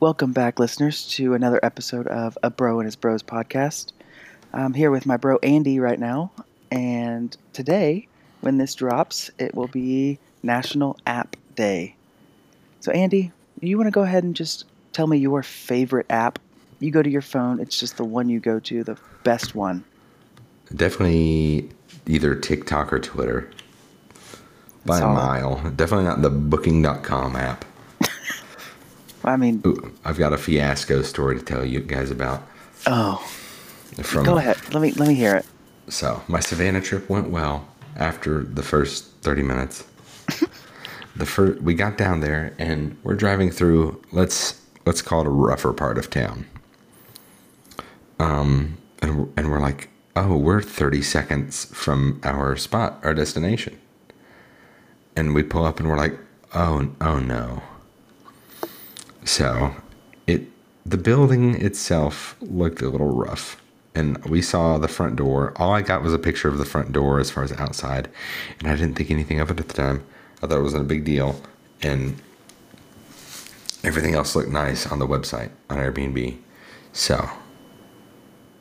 Welcome back, listeners, to another episode of A Bro and His Bros podcast. I'm here with my bro Andy right now, and today, when this drops, it will be National App Day. So, Andy, you want to go ahead and just tell me your favorite app? You go to your phone, it's just the one you go to, the best one. Definitely either TikTok or Twitter. By Solid. a mile. Definitely not the booking.com app. I mean, Ooh, I've got a fiasco story to tell you guys about. oh, From go ahead. Let me let me hear it. So my Savannah trip went well after the first 30 minutes. the first we got down there and we're driving through let's let's call it a rougher part of town. Um and we're- and we're like, "Oh, we're 30 seconds from our spot, our destination." And we pull up and we're like, "Oh, oh no." So, it the building itself looked a little rough, and we saw the front door. All I got was a picture of the front door as far as outside, and I didn't think anything of it at the time. I thought it wasn't a big deal, and everything else looked nice on the website on Airbnb. So,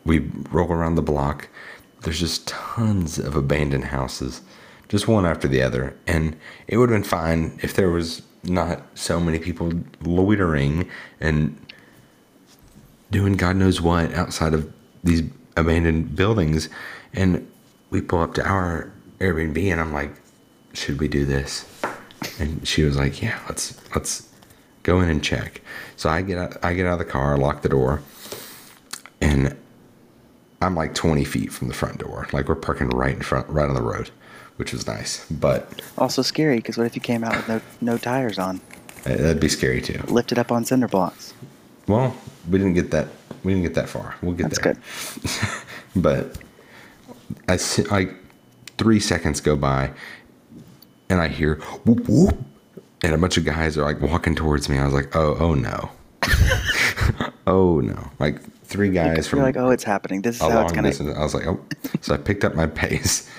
we roll around the block. There's just tons of abandoned houses, just one after the other. And it would have been fine if there was not so many people loitering and doing God knows what outside of these abandoned buildings. And we pull up to our Airbnb, and I'm like, "Should we do this?" And she was like, "Yeah, let's let's go in and check." So I get out, I get out of the car, lock the door, and I'm like 20 feet from the front door. Like we're parking right in front, right on the road, which was nice. But Also scary because what if you came out with no no tires on, uh, that'd be scary too. lifted up on cinder blocks? Well, we didn't get that. We didn't get that far. We'll get That's there. good. But I see, like three seconds go by, and I hear whoop whoop, and a bunch of guys are like walking towards me. I was like, oh oh no, oh no, like three guys from You're like, oh, it's happening. This is a how long it's gonna. distance. I was like, oh. So I picked up my pace.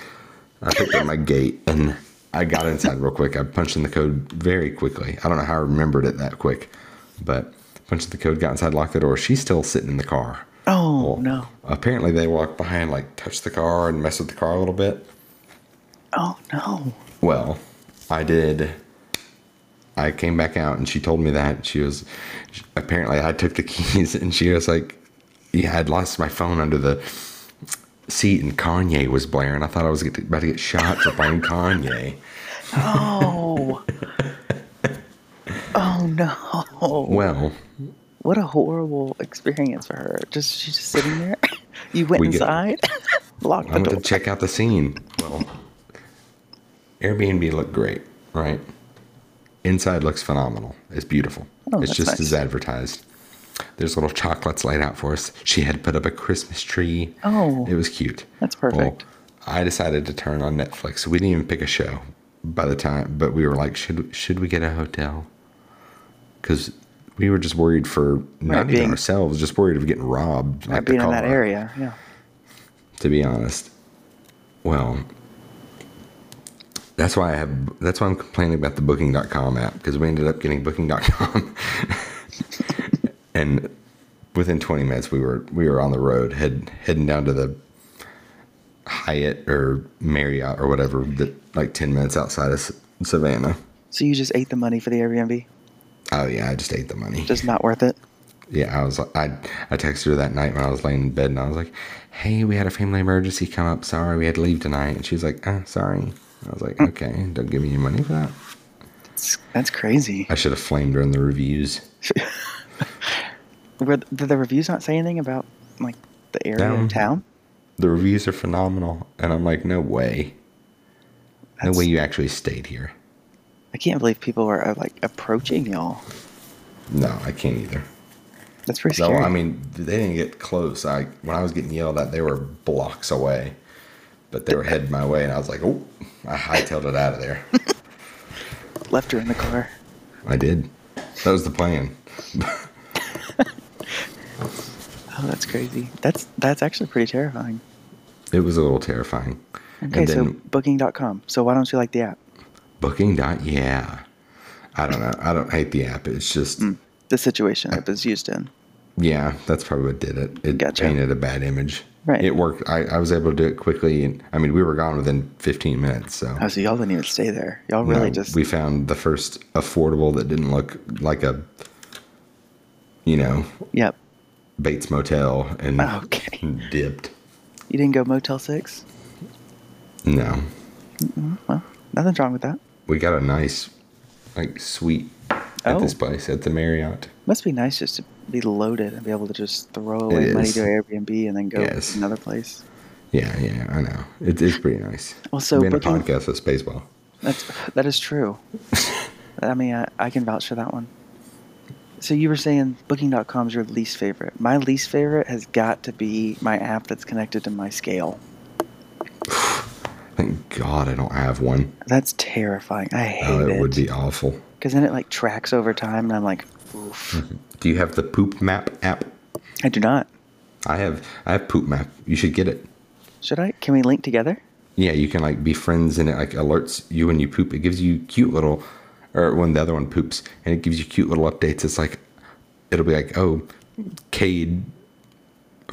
I picked up my gate and I got inside real quick. I punched in the code very quickly. I don't know how I remembered it that quick, but punched in the code, got inside, locked the door. She's still sitting in the car. Oh Well, no! Apparently, they walked behind, like touched the car and messed with the car a little bit. Oh no! Well, I did. I came back out and she told me that she was apparently I took the keys and she was like, "Yeah, I'd lost my phone under the seat and Kanye was blaring. I thought I was get- about to get shot for playing Kanye." Oh. oh no! Well, What a horrible experience for her. Just she's just sitting there. You went We get- inside, locked the I went door. to check out the scene. Well, Airbnb looked great, right? Inside looks phenomenal. It's beautiful. Oh, it's that's just nice. as advertised. There's little chocolates laid out for us. She had put up a Christmas tree. Oh. It was cute. That's perfect. I decided to turn on Netflix. We didn't even pick a show by the time, but we were like, should should we get a hotel? Because we were just worried for not Right, even being- ourselves, just worried of getting robbed. Like the being in that Colorado area, yeah. to be honest. Well, that's why I have that's why I'm complaining about the booking.com app because we ended up getting booking.com and within 20 minutes we were we were on the road head, heading down to the Hyatt or Marriott or whatever that like 10 minutes outside of S- Savannah. So you just ate the money for the Airbnb. Oh yeah, I just ate the money. Just not worth it. Yeah, I was like, I I texted her that night when I was laying in bed, and I was like, "Hey, we had a family emergency come up. Sorry, we had to leave tonight." And she's like, "Ah, sorry." I was like, "Okay, don't give me any money for that." That's, that's crazy. I should have flamed her in the reviews. Were, did the reviews not say anything about like the area No. of town? The reviews are phenomenal, and I'm like, "No way, no That's- way you actually stayed here." I can't believe people are, are like approaching y'all. No, I can't either. That's pretty So scary. I mean, they didn't get close. I when I was getting yelled at, they were blocks away, but they were heading my way, and I was like, "Oh," I hightailed it out of there. left her in the car. I did. That was the plan. Oh, that's crazy. That's that's actually pretty terrifying. It was a little terrifying. Okay, and so then booking.com. So why don't you like the app? booking dot yeah. I don't know. I don't hate the app. It's just the situation it was used in. Yeah, that's probably what did it. It Gotcha. painted a bad image. Right. It worked. I, I was able to do it quickly, and I mean, we were gone within 15 minutes. So Oh, so y'all didn't even stay there. Y'all really No, just we found the first affordable that didn't look like a, you know, yep. Bates Motel and Okay, dipped. you didn't go Motel Six. No, Well, nothing's wrong with that. we got a nice, like, suite at Oh. this place at the Marriott. Must be nice just to be loaded and be able to just throw away It money is. to Airbnb and then go Yes. to another place. Yeah, yeah, I know. It is pretty nice. Well, so being a booking- podcast with Spaceball. That's that is true. I mean, I, I can vouch for that one. So you were saying Booking.com is your least favorite. My least favorite has got to be my app that's connected to my scale. Thank God I don't have one. That's terrifying. I hate Oh, it it would be awful. because then it like tracks over time, and I'm like, oof. Do you have the Poop Map app? I do not. I have. I have Poop Map. You should get it. Should I? Can we link together? Yeah, you can like be friends and it like alerts you when you poop. It gives you cute little, or when the other one poops, and it gives you cute little updates. It's like, it'll be like, oh, Cade,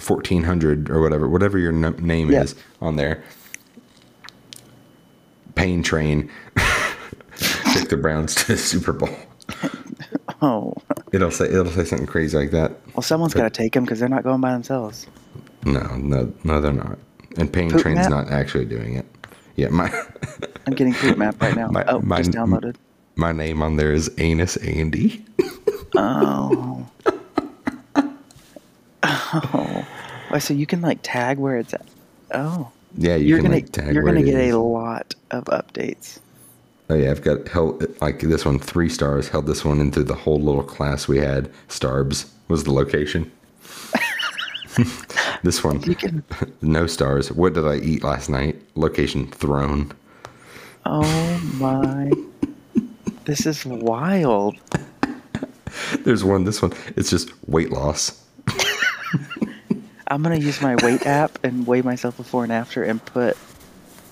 fourteen hundred or whatever, whatever your n- name Yeah. is on there. Pain train took the Browns to the Super Bowl. Oh, It'll say it'll say something crazy like that. well, someone's got to take them because they're not going by themselves. No, no, no, they're not. And Pain Poop Train's map? not actually doing it. Yeah, my. I'm getting poop map right now. My- oh, my- just downloaded. My name on there is Anus Andy. Oh. oh. Why, So you can like tag where it's at. Oh. Yeah, you You are can gonna like tag you're where gonna it get is. a lot of updates. Oh yeah, I've got held like this one three stars. Held this one into the whole little class we had. Starbs was the location. this one, You can no stars. What did I eat last night? Location thrown. Oh my This is wild. There's one. This one, it's just weight loss. I'm gonna use my weight app and weigh myself before and after and put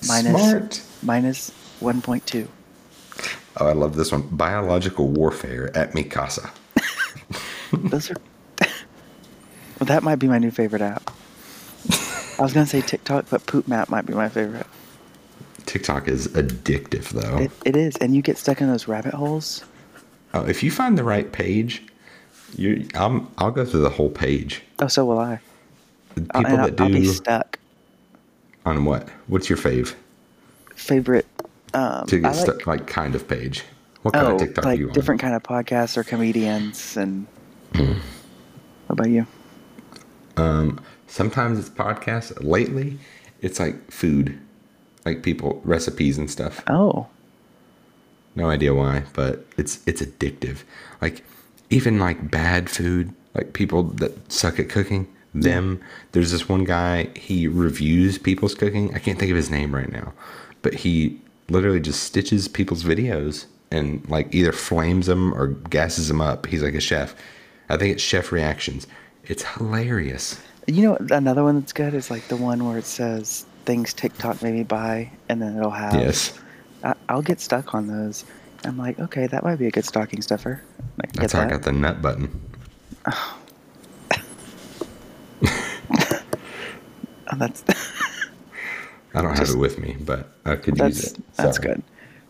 Minus- Smart. minus one point two. Oh, I love this one. Biological warfare at Mikasa. Those are Well that might be my new favorite app. I was gonna say TikTok, but Poop Map might be my favorite. TikTok is addictive though. It, it is, and you get stuck in those rabbit holes. Oh, if you find the right page, you I'm I'll go through the whole page. Oh, so will I. The people I'll- Uh, and that I'll, I'll be do stuck. on what? What's your fave Favorite. Um, to I get like, stuck? Like kind of page. What kind oh, of TikTok like are you on? different kind of podcasts or comedians, and Hmm. what about you? Sometimes it's podcasts. Lately, it's like food, like people recipes and stuff. Oh, No idea why, but it's it's addictive. Like even like bad food, like people that suck at cooking. Them, there's this one guy. He reviews people's cooking. I can't think of his name right now, but he literally just stitches people's videos and like either flames them or gasses them up. He's like a chef. I think it's chef reactions. It's hilarious. you know another one that's good is like the one where it says things TikTok made me buy, and then it'll have. Yes, Oh, I, I'll get stuck on those. I'm like, okay, that might be a good stocking stuffer. I can that's get how I that. got the nut button. Oh, that's I don't have Just- it with me, but I could that's use it. that's Sorry. good.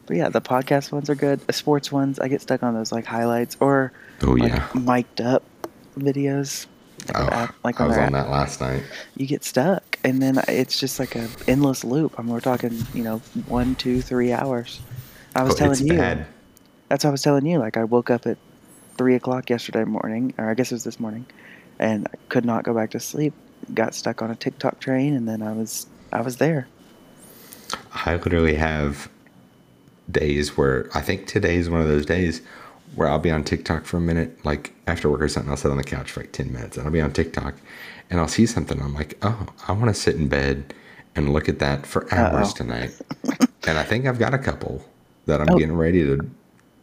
But yeah, the podcast ones are good. The sports ones, I get stuck on those like highlights or Oh like, yeah. mic'd up videos. Like, Oh, on app- like I on was their on app. that last night. you get stuck, and then it's just like a endless loop. I mean, we're talking, you know, one, two, three hours. I was Oh, telling it's you. bad. That's what I was telling you. Like I woke up at three o'clock yesterday morning, or I guess it was this morning, and I could not go back to sleep. Got stuck on a TikTok train, and then I was I was there. I literally have days where I think today is one of those days where I'll be on TikTok for a minute, like after work or something. I'll sit on the couch for like 10 minutes and I'll be on TikTok and I'll see something. I'm like, oh, I want to sit in bed and look at that for hours Uh-oh. tonight. and I think I've got a couple that I'm Oh. getting ready to.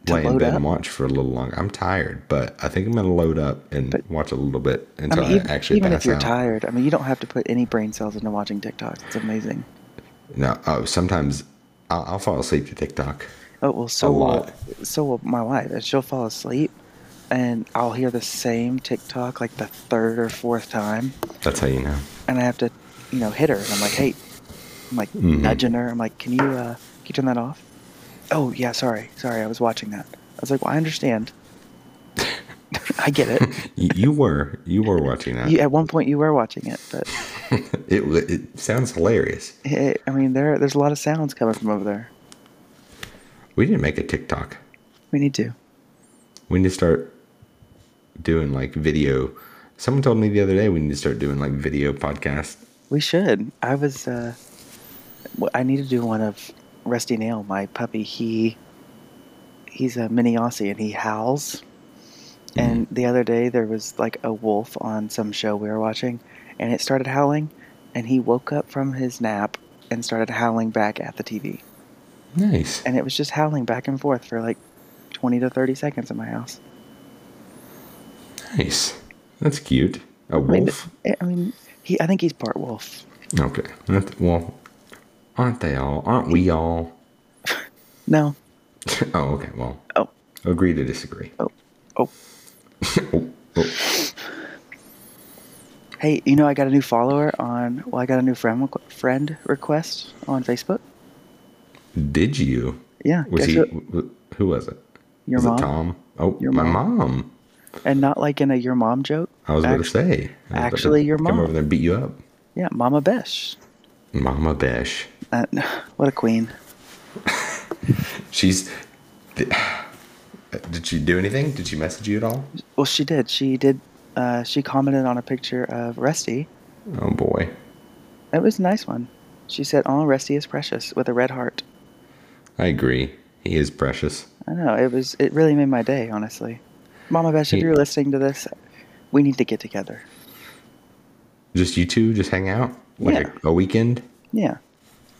Lay in load bed up? and watch for a little longer. I'm tired, but I think I'm gonna load up and But- watch a little bit I until I, mean, even, actually even pass if you're out. tired, I mean, you don't have to put any brain cells into watching TikToks. It's amazing. No, oh, sometimes I'll, I'll fall asleep to TikTok. Oh well, so A will, lot. so will my wife, and she'll fall asleep, and I'll hear the same TikTok like the third or fourth time, That's how you know. and I have to, you know, hit her. And I'm like, hey, I'm like Mhm. nudging her. I'm like, can you, uh, can you turn that off? Oh yeah, sorry, sorry, I was watching that. I was like, well, I understand. I get it. You, you were you were watching that. You, at one point, you were watching it, but It wa- it sounds hilarious. it, I mean, there there's a lot of sounds coming from over there. We didn't make a TikTok. We need to. We need to start doing like video. Someone told me the other day we need to start doing like video podcasts. We should. I was. Uh, w- I need to do one of Rusty Nail, my puppy. He he's a mini Aussie and he howls. And the other day there was like a wolf on some show we were watching, and it started howling, and he woke up from his nap and started howling back at the TV, Nice. and it was just howling back and forth for like twenty to thirty seconds in my house. Nice. That's cute. A I mean, wolf? th- I mean, he. I think he's part wolf. Okay. That- Well, aren't they all? Aren't we all? No. oh, okay. Well, Oh. agree to disagree. Oh. Oh. Oh, oh. Hey, you know, I got a new follower on. Well, I got a new friend friend request on Facebook. Did you? Yeah, Was guess he? what? w- Who was it? Your was mom, it Tom? Oh, Your my mom. mom. and not like in a your mom joke. I was about to Act- say. I was about actually, to your Come mom. over there and beat you up. Yeah, Mama Besh. Mama Besh. Uh, what a queen. She's. Did, did she do anything? Did she message you at all? Well, she did. She did. Uh, she commented on a picture of Rusty. Oh boy. It was a nice one. She said, "Oh, Rusty is precious," with a red heart. I agree. He is precious. I know it was. It really made my day, honestly. Mama Besh, if He- you're listening to this, we need to get together. Just you two, just hang out like Yeah. a, a weekend. Yeah,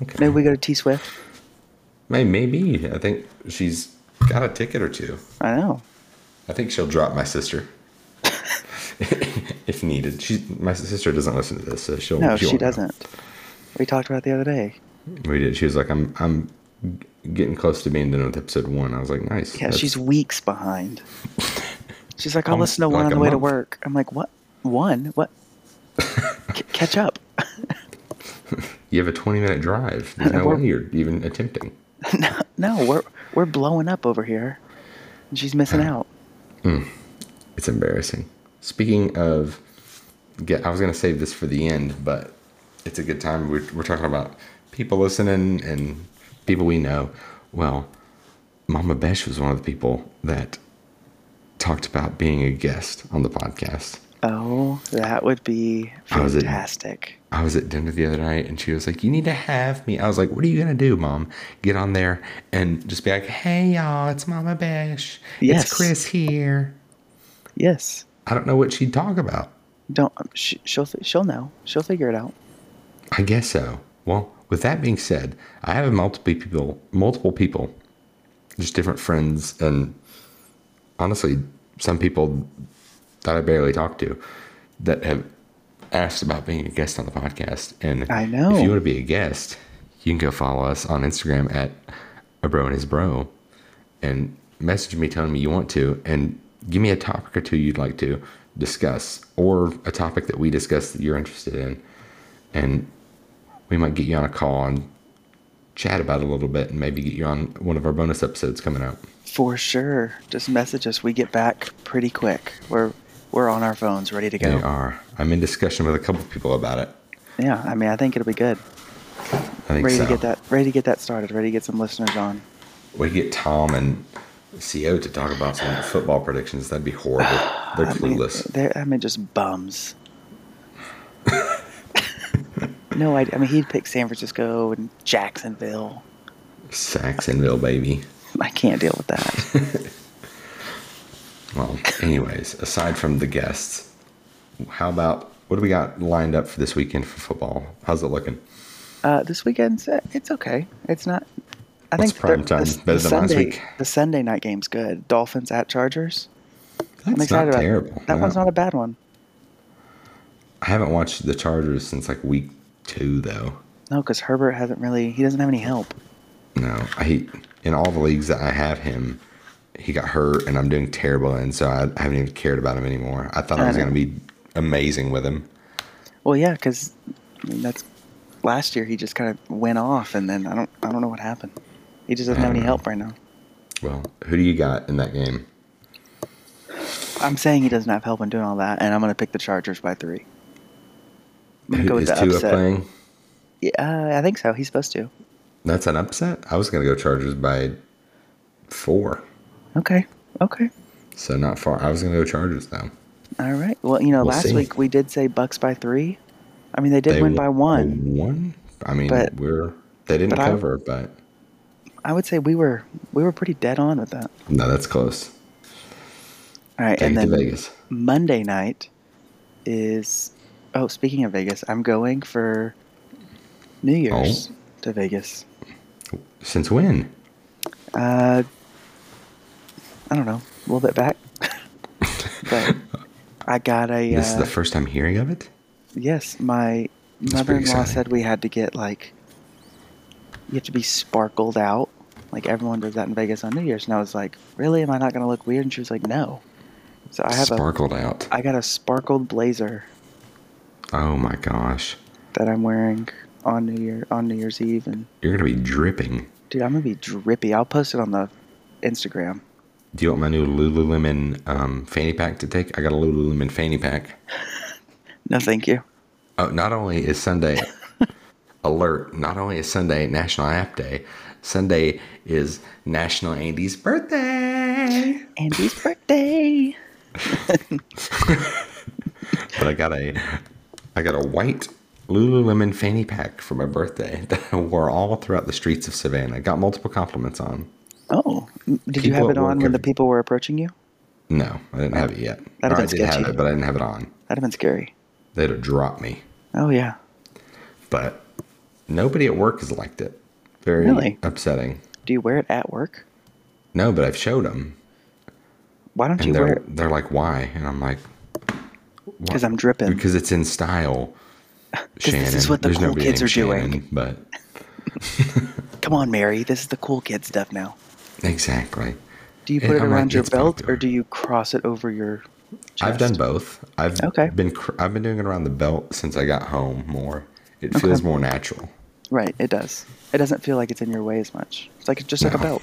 Okay. maybe we go to T Swift. May- Maybe. I think she's got a ticket or two. I know. I think she'll drop my sister. if needed. She, my sister doesn't listen to this, so she'll. No, she won't know. doesn't. We talked about it the other day. We did. She was like, I'm, I'm g- getting close to being done with episode one. I was like, nice. Yeah, That's- she's weeks behind. She's like, I'll Almost listen to one like on a the way to month. work. I'm like, what? One? What? C- catch up. You have a 20 minute drive. There's no We're- way you're even attempting. no, no, we're we're blowing up over here. And she's missing out. It's embarrassing. Speaking of, get, I was going to save this for the end, but it's a good time. We're, we're talking about people listening and people we know. Well, Mama Besh was one of the people that talked about being a guest on the podcast. Oh, that would be How is it? fantastic. I was at dinner the other night and she was like, You need to have me. I was like, What are you going to do, mom? Get on there and just be like, Hey, y'all, it's Mama Besh. Yes. It's Chris here. Yes. I don't know what she'd talk about. Don't. um, Sh- she'll fi- she'll know. She'll figure it out. I guess so. Well, with that being said, I have multiple people, multiple people, just different friends, and honestly, some people that I barely talk to that have asked about being a guest on the podcast. And I know. if you want to be a guest, you can go follow us on Instagram at a bro and his bro, and message me telling me you want to, and give me a topic or two you'd like to discuss, or a topic that we discuss that you're interested in, and we might get you on a call and chat about it a little bit, and maybe get you on one of our bonus episodes coming up. For sure. Just message us. We get back pretty quick. We're we're on our phones, ready to They go. are. I'm in discussion with a couple people about it. Yeah. I mean, I think it'll be good. I think Ready so. to get that. Ready to get that started. Ready to get some listeners on. We get Tom and CO to talk about some football predictions. That'd be horrible. They're I mean, clueless. They're, I mean, just bums. no idea. I mean, he'd pick San Francisco and Jacksonville. Saxonville, baby. I can't deal with that. Well, anyways, aside from the guests, how about what do we got lined up for this weekend for football? How's it looking? Uh, this weekend's uh, it's okay. It's not. I What's think they're- prime time? the, Better the than last Sunday, week? The Sunday night game's good. Dolphins at Chargers. I'm That's excited not about terrible. that. no. one's not a bad one. I haven't watched the Chargers since like week two, though. No, because Herbert hasn't really. He doesn't have any help. No, I in all the leagues that I have him, he got hurt and I'm doing terrible. And so I, I haven't even cared about him anymore. I thought I, I was know. going to be amazing with him. Well, yeah, because I mean, that's last year he just kind of went off, and then I don't I don't know what happened. He just doesn't I have any don't know. help right now. Well, who do you got in that game? I'm saying he doesn't have help in doing all that, and I'm going to pick the Chargers by three. I'm going Who- to go with is the Tua upset. playing? Yeah, uh, I think so. He's supposed to. That's an upset. I was going to go Chargers by four. Okay. Okay. So not far. I was going to go Chargers though. All right. Well, you know, We'll last see. week we did say Bucks by three. I mean, they did They win by one. One. I mean, But- we're they didn't but I- cover, but I would say we were we were pretty dead on with that. no, that's close. All right, Take and it to then Vegas. Monday night is oh, speaking of Vegas, I'm going for New Oh. Year's to Vegas. Since when? Uh, I don't know, a little bit back, but I got a This is uh, the first time hearing of it. yes. My That's pretty mother-in-law exciting. said we had to get like you have to be sparkled out. Like everyone does that in Vegas on New Year's, and I was like, "Really? Am I not going to look weird?" And she was like, "No." So I have a Sparkled out. I got a sparkled blazer oh my gosh, that I'm wearing on New Year on New Year's Eve, and you're gonna be dripping. dude, I'm gonna be drippy. I'll post it on the Instagram. Do you want my new Lululemon um, fanny pack to take? I got a Lululemon fanny pack. No, thank you. Oh, not only is Sunday alert, not only is Sunday National App Day, Sunday is National Andy's birthday. Andy's birthday. But I got a, I got a white Lululemon fanny pack for my birthday that I wore all throughout the streets of Savannah. I got multiple compliments on. Oh, m- did you People have at it on work when the have- people were approaching you? No, I didn't have it yet. That'd have Or I been did have sketchy. it, but I didn't have it on. That'd have been scary. They'd have dropped me. Oh yeah. But nobody at work has liked it. Very Really? upsetting. Do you wear it at work? No, but I've showed them, Why don't and you wear they're it? they're like, "Why?" And I'm like, "Why?" Because I'm dripping. because it's in style. Shannon, this is what the There's cool nobody kids named are doing. Shannon, But Come on, Mary. This is the cool kid stuff now. exactly, Do you It- put it I'm like, around your it's belt popular. or do you cross it over your? Chest? I've done both. I've Okay. been cr- I've been doing it around the belt since I got home more. It feels more natural. Right, it does. It doesn't feel like it's in your way as much. It's like just like a No. belt,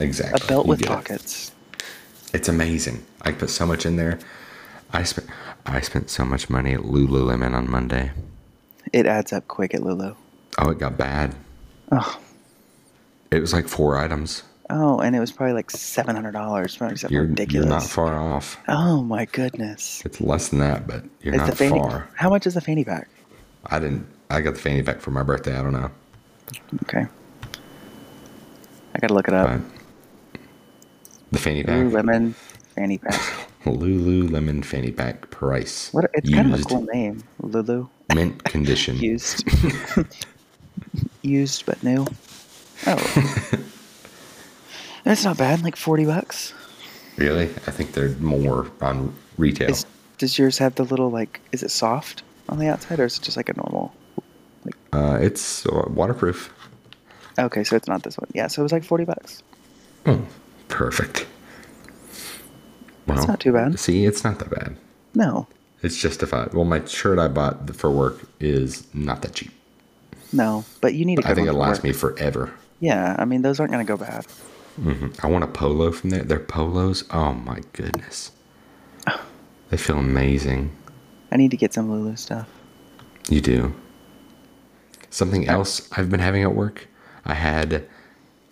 a Exactly. belt You with get it. pockets. It's amazing. I put so much in there. I spent I spent so much money at Lululemon on Monday. It adds up quick at Lulu. Oh, it got bad. Oh, It was like four items. oh, and it was probably like seven hundred dollars. Ridiculous. You're you're not far off. Oh my goodness. It's less than that, but you're Is the not fanny? far. How much is the fanny pack? I didn't. I got the fanny pack for my birthday. I don't know, Okay. I gotta look it up. but the fanny pack, Oh. Lululemon fanny pack. Lululemon fanny pack price. What? It's kind of a Used Mm. cool name. Lulu. mint condition. Used. Used but new. Oh. That's not bad. Like forty bucks. Really? I think they're more on retail. Is, does yours have the little like? Is it soft on the outside, or is it just like a normal? uh, it's uh, waterproof. Okay, so it's not this one. Yeah, so it was like forty bucks. Perfect. Well, That's not too bad. See, it's not that bad. No, It's justified. Well, my shirt I bought for work is not that cheap. no, but you need. a I good think one it'll for last work. me forever. Yeah, I mean those aren't gonna go bad. I want a polo from there. Their polos, oh my goodness. They feel amazing. I need to get some Lulu stuff. You do. Something else I've been having at work, I had,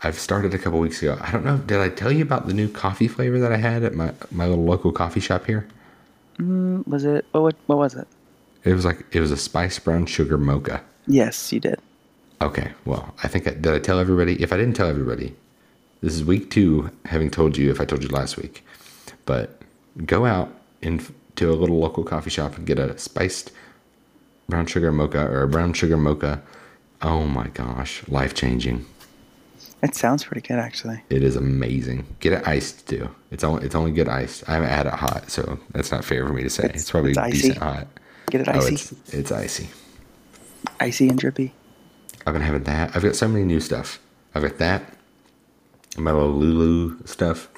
I've started a couple weeks ago. I don't know, did I tell you about the new coffee flavor that I had at my, my little local coffee shop here? Mm, Was it? What, what? What was it? It was like, it was a spice brown sugar mocha. Yes, you did. Okay, well, I think I, did I tell everybody? If I didn't tell everybody, this is week two, having told you if I told you last week. But go out in, to a little local coffee shop and get a spiced brown sugar mocha or a brown sugar mocha. Oh my gosh, life changing. It sounds pretty good actually. It is amazing. Get it iced too. It's only it's only good iced. I haven't had it hot, so that's not fair for me to say. It's, probably it's icy. decent hot. Get it Oh, icy, it's it's icy. icy and drippy. I've been having that. I've got so many new stuff. I've got that. Melalulu stuff.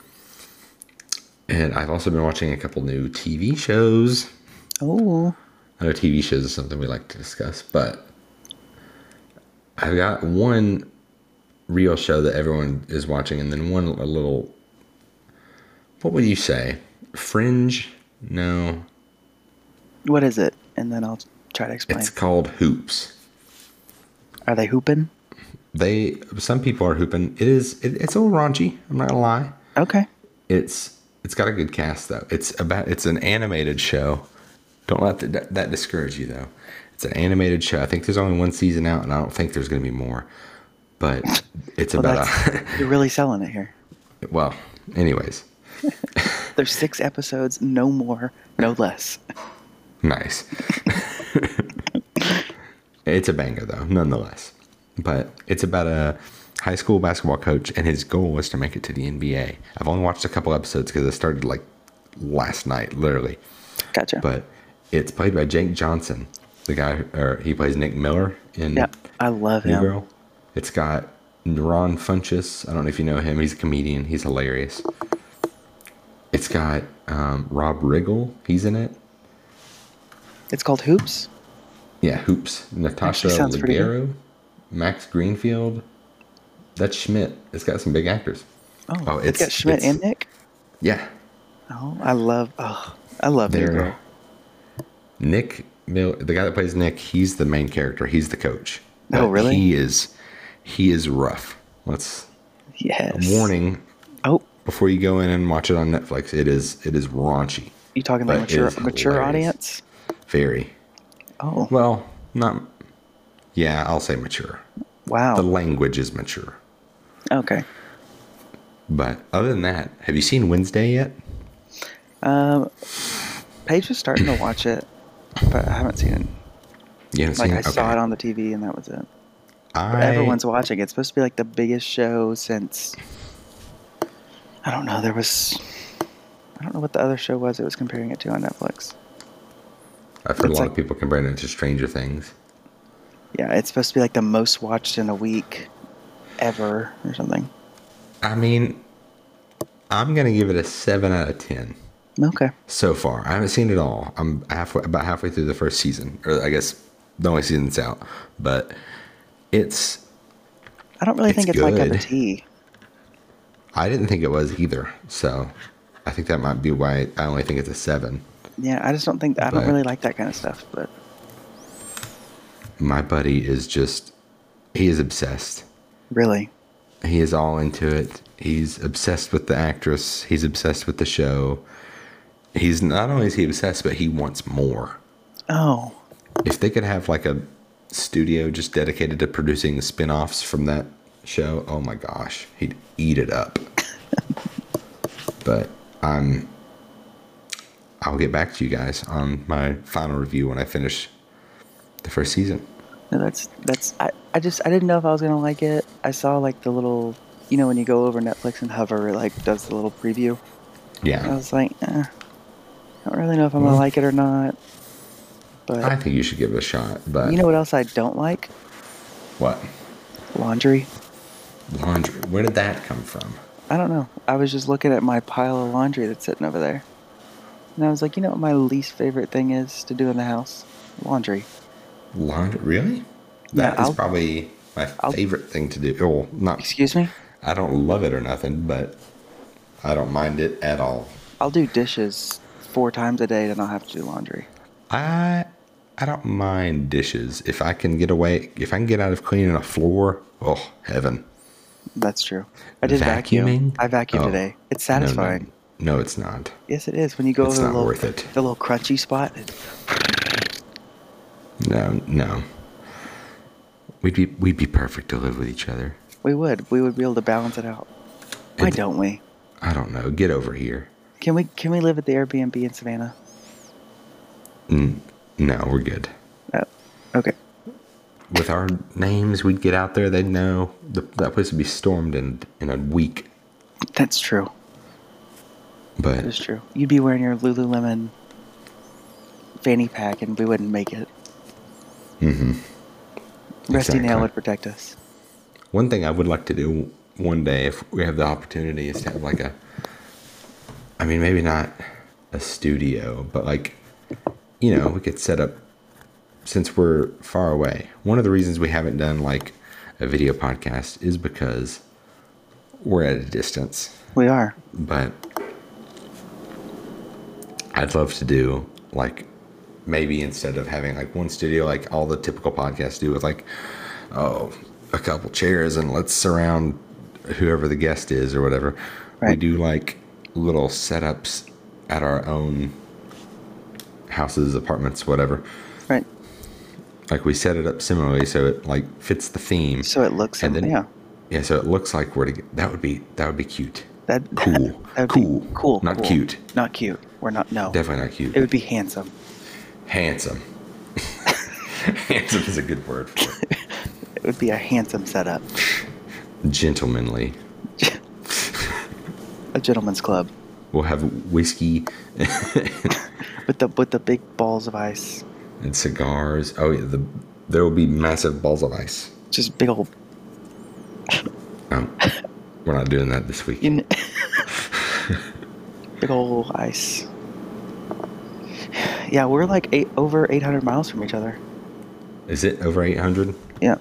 And I've also been watching a couple new TV shows. Oh, I know TV shows is something we like to discuss, but I've got one real show that everyone is watching, and then one a little. What would you say? Fringe? No, what is it? And then I'll try to explain. it's called Hoops. Are they hooping? They some people are hooping. It is it, it's a little raunchy. I'm not gonna lie. Okay. It's it's got a good cast though. It's about it's an animated show. Don't let that, that discourage you though. It's an animated show. I think there's only one season out, and I don't think there's gonna be more. But uh, it's Well, about that's, a you're really selling it here. well. Anyways, There's six episodes, no more, no less. Nice. it's a banger though, nonetheless. But it's about a high school basketball coach, and his goal was to make it to the NBA. I've only watched a couple episodes because it started like last night, literally. Gotcha. But it's played by Jake Johnson, the guy, or he plays Nick Miller in yeah, I love New him. Girl. It's got Ron Funches. I don't know if you know him. He's a comedian. He's hilarious. It's got um, Rob Riggle. He's in it. It's called Hoops. Yeah, hoops. Natasha Actually sounds pretty good. Ligero, Max Greenfield. That's Schmidt. It's got some big actors. Oh, Oh, it's, it's- got Schmidt it's- and Nick. Yeah, Oh, I love. Oh, I love New Girl. they're Nick Mill, the guy that plays Nick. He's the main character. He's the coach. Oh, really? He is. He is rough. Let's Yes. warning Oh, before you go in and watch it on Netflix. It is. It is raunchy. you talking about But it mature is mature hilarious. audience? Very Oh, well. Not. Yeah, I'll say mature. Oh. The wow. language is mature. Okay. But other than that, have you seen Wednesday yet? Um, Paige was starting to watch it, but I haven't seen it. You haven't Like seen I it? saw it on the TV, and that was it. But I, everyone's watching. It's supposed to be like the biggest show since I don't know. There was I don't know what the other show was. It was comparing it to on Netflix. I've heard a It's lot like- of people comparing it to Stranger Things. Yeah, it's supposed to be like the most watched in a week ever or something. I mean, I'm gonna give it a seven out of ten Okay. so far. I haven't seen it all. I'm halfway, about halfway through the first season, or I guess the only season that's out. But it's. I don't really It's think it's like good. a tea. I didn't think it was either, so I think that might be why I only think it's a seven. Yeah, I just don't think I don't But- really like that kind of stuff. But My buddy is just. He is obsessed. really, He is all into it. He's obsessed with the actress. He's obsessed with the show. He's not only is he obsessed, but he wants more. oh, If they could have like a studio just dedicated to producing spin-offs from that show, oh my gosh, he'd eat it up. but I'm I'll get back to you guys on my final review when I finish the first season. no, that's that's I, I just I didn't know if I was gonna like it. I saw like the little you know when you go over Netflix and hover, it like does the little preview. I Yeah. was like, eh, I don't really know if I'm gonna Well- like it or not. But I think you should give it a shot, but Oh, you know what else I don't like? what? Laundry. Laundry. Where did that come from? I don't know. I was just looking at my pile of laundry that's sitting over there, and I was like, you know what my least favorite thing is to do in the house? Laundry. Laundry? Really? That is I'll- probably my I'll- favorite thing to do. Well, not. Excuse me. I don't love it or nothing, but I don't mind it at all. I'll do dishes four times a day, then I'll have to do laundry. I I don't mind dishes if I can get away. If I can get out of cleaning a floor, oh heaven! That's true. I did vacuum. Vacuuming? I vacuumed Oh. today. It's No, no, satisfying. No, it's not. Yes, it is. When you go It's over the not little, worth it. the little crunchy spot. it- No, no. We'd be we'd be perfect to live with each other. We would. We would be able to balance it out. Why It's- don't we? I don't know. Get over here. Can we can we live at the Airbnb in Savannah? N- No, we're good. Oh, okay. With our names, we'd get out there. They'd know the, that place would be stormed in in a week. That's true. That is But true. You'd be wearing your Lululemon fanny pack, and we wouldn't make it. mhm. Rusty Exactly. Nail would protect us. One thing I would like to do one day if we have the opportunity is to have like a I mean maybe not a studio, but like you know, we could set up since we're far away. One of the reasons we haven't done like a video podcast is because we're at a distance. We are. But I'd love to do like maybe instead of having like one studio like all the typical podcasts do with like oh a couple chairs and let's surround whoever the guest is or whatever. We Right. do like little setups at our own houses, apartments, whatever. Right. Like we set it up similarly so it like fits the theme. So it looks And then- yeah. Yeah, so it looks like we're to that would be that would be cute. That Cool. that'd be cool. Cool. Not cool. cute. Not cute. We're not no. Definitely not cute. It would be handsome. Handsome. Handsome is a good word for it. It would be a handsome setup. Gentlemanly. A gentleman's club We'll have whiskey with the with the big balls of ice. and cigars. Oh, yeah, the there will be massive balls of ice. Just big old Oh, we're not doing that this week. you kn- big old ice. Yeah, we're like eight over 800 miles from each other. Is it over 800? Yeah,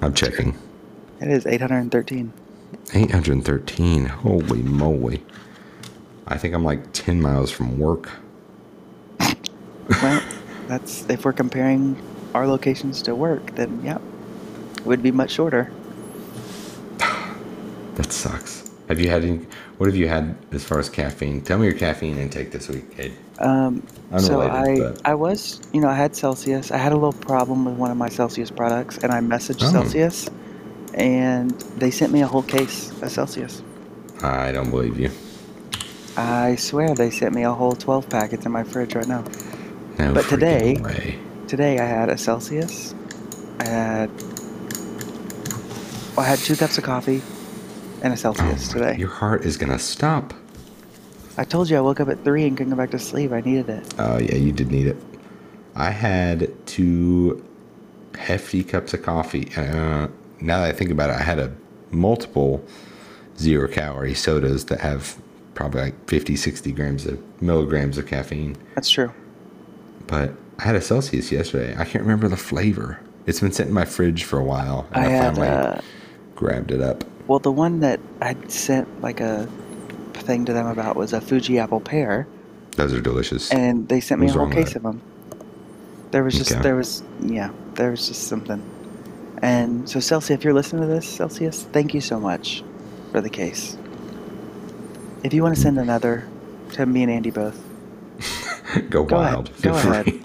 I'm checking. it is 813. 813. Holy moly. I think I'm like 10 miles from work. Well, that's if we're comparing our locations to work, then yeah, it would be much shorter. That sucks. Have you had any? What have you had as far as caffeine? Tell me your caffeine intake this week, Cade. Um, so I, Unrelated, but- I was, you know, I had Celsius. I had a little problem with one of my Celsius products, and I messaged Oh. Celsius, and they sent me a whole case of Celsius. I don't believe you. I swear they sent me a whole 12 pack. It's in my fridge right now. No But freaking today- way. Today I had a Celsius. I had, well, I had two cups of coffee and a Oh Celsius my- today. Your heart is gonna stop. I told you I woke up at three and couldn't go back to sleep. I needed it. Oh yeah, you did need it. I had two hefty cups of coffee. Uh, now that I think about it, I had a multiple zero calorie sodas that have probably like 50, 60 grams of milligrams of caffeine. That's true. But I had a Celsius yesterday. I can't remember the flavor. It's been sitting in my fridge for a while, I, and I, had. finally Uh, grabbed it up. Well, the one that I sent like a thing to them about was a Fuji apple pear, Those are delicious. and they sent me a What's whole wrong with case that? of them. There was just Okay. there was yeah there was just something, and so Celsius, if you're listening to this, Celsius, thank you so much for the case. If you want to send another to me and Andy both, go, go ahead. wild. Go Feel ahead. free.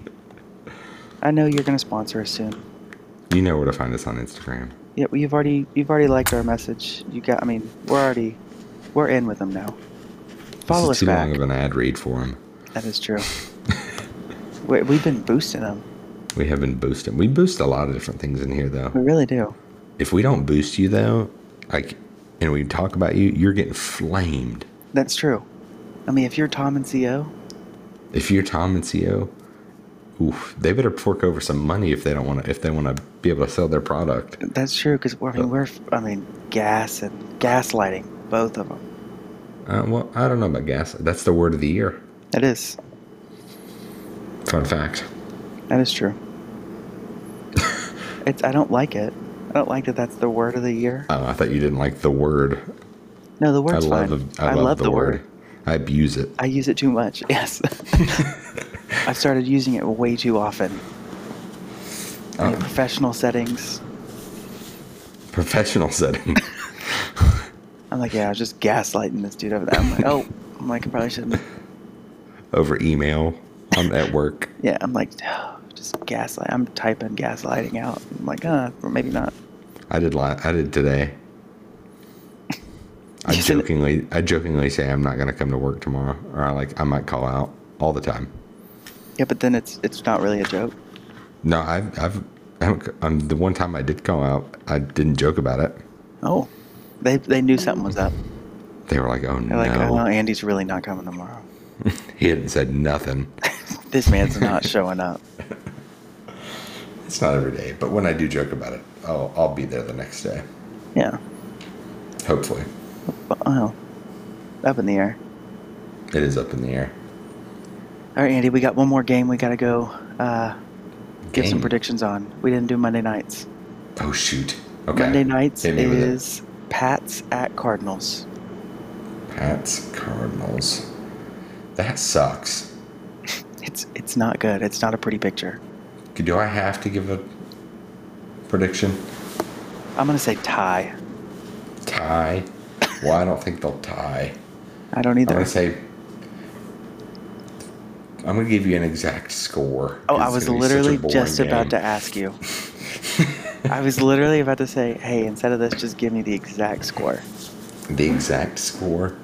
I know you're gonna sponsor us soon. You know where to find us on Instagram. Yeah, well, you've already you've already liked our message. You got I mean we're already we're in with them now. Follow us this is too back. long of an ad read for him. That is true. we, we've been boosting them. We have been boosting. We boost a lot of different things in here, We though. really do. If we don't boost you, though, like, and we talk about you, you're getting flamed. That's true. I mean, if you're Tom and CO, If you're Tom and Co, oof, they better fork over some money if they don't want to. If they want to be able to sell their product, that's true because I Oh. mean we're I mean gas and gaslighting both of them. uh, well, I don't know about gas. That's the word of the year. That is Fun fact. that is true. it's I don't like it. I don't like that. That's the word of the year. Oh, I thought you didn't like the word. No, the word's I love. fine. I, love the, word. I abuse it. I use it too much. Yes. I've started using it way too often. I mean, Oh. professional settings. Professional setting. I'm like, yeah, I was just gaslighting this dude over there. I'm like, oh, I'm like, I probably shouldn't. over email. I'm at work. Yeah, I'm like, just gaslight. I'm typing gaslighting out. I'm like, uh, or maybe not. I did. Li- I did today. I You said- jokingly, I jokingly say I'm not gonna come to work tomorrow, or I like I might call out all the time. Yeah, but then it's it's not really a joke. No, I've, I've, I haven't, um, the one time I did call out, I didn't joke about it. Oh, they they knew something was up. They were like, "Oh They're no," like, oh, Andy's really not coming tomorrow. he hadn't said nothing. This man's not showing up. It's not every day, but when I do joke about it, I'll, I'll be there the next day, Yeah. hopefully. Well, up in the air. It is up in the air. All right, Andy, we got one more game we got to go uh, give some Game. predictions on. We didn't do Monday nights. Oh, shoot. Okay. Monday nights Hit me with it. is Pats at Cardinals. Pats, Cardinals. That sucks. It's it's not good. It's not a pretty picture. Do I have to give a prediction? I'm gonna say tie. Tie? Well, I don't think they'll tie. I don't I'm either. going to say. I'm going to give you an exact score. oh, I It's was gonna be such a literally boring just about to game. ask you. I was literally about to say, hey, instead of this, just give me the exact score. The exact score.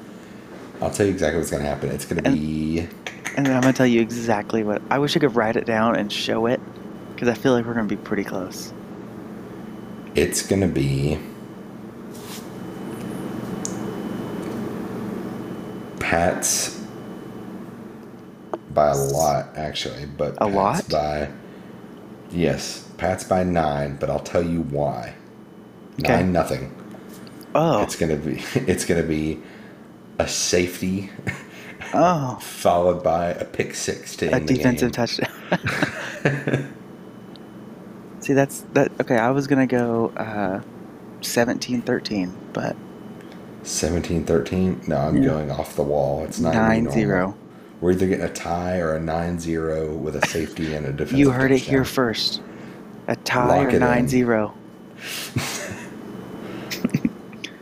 I'll tell you exactly what's going to happen. It's going to And- be. And then I'm gonna tell you exactly what. I wish I could write it down and show it, because I feel like we're gonna be pretty close. It's going to be. Pats by a lot, actually, but A Pats lot? by yes, Pats by nine. But I'll tell you why. Okay. Nine nothing. Oh, It's gonna be it's gonna be a safety oh, followed by a pick six to a end the defensive game. touchdown. See, that's that. Okay, I was gonna go uh, 17-13, but 17-13? No, I'm Yeah. going off the wall. It's not really nine normal. zero. We're either getting a tie or a 9-0 with a safety and a defensive You heard it here touchdown. first. A tie Lock it or in. nine zero.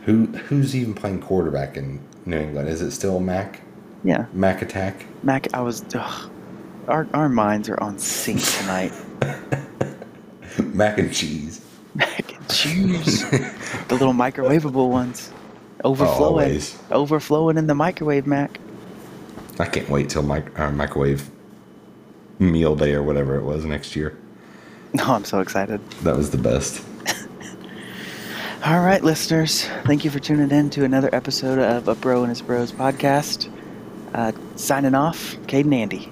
Who who's even playing quarterback in New England? Is it still Mac? Yeah, Mac attack? Mac. I was. Ugh, our our minds are on sync tonight. Mac and cheese. Mac and cheese. the little microwavable ones. Overflowing. Always. Overflowing in the microwave, Mac. I can't wait till mic- uh, microwave meal day or whatever it was next year. Oh, I'm so excited. That was the best. All right, listeners. Thank you for tuning in to another episode of A Bro and His Bros podcast. Uh, signing off, Caden Andy.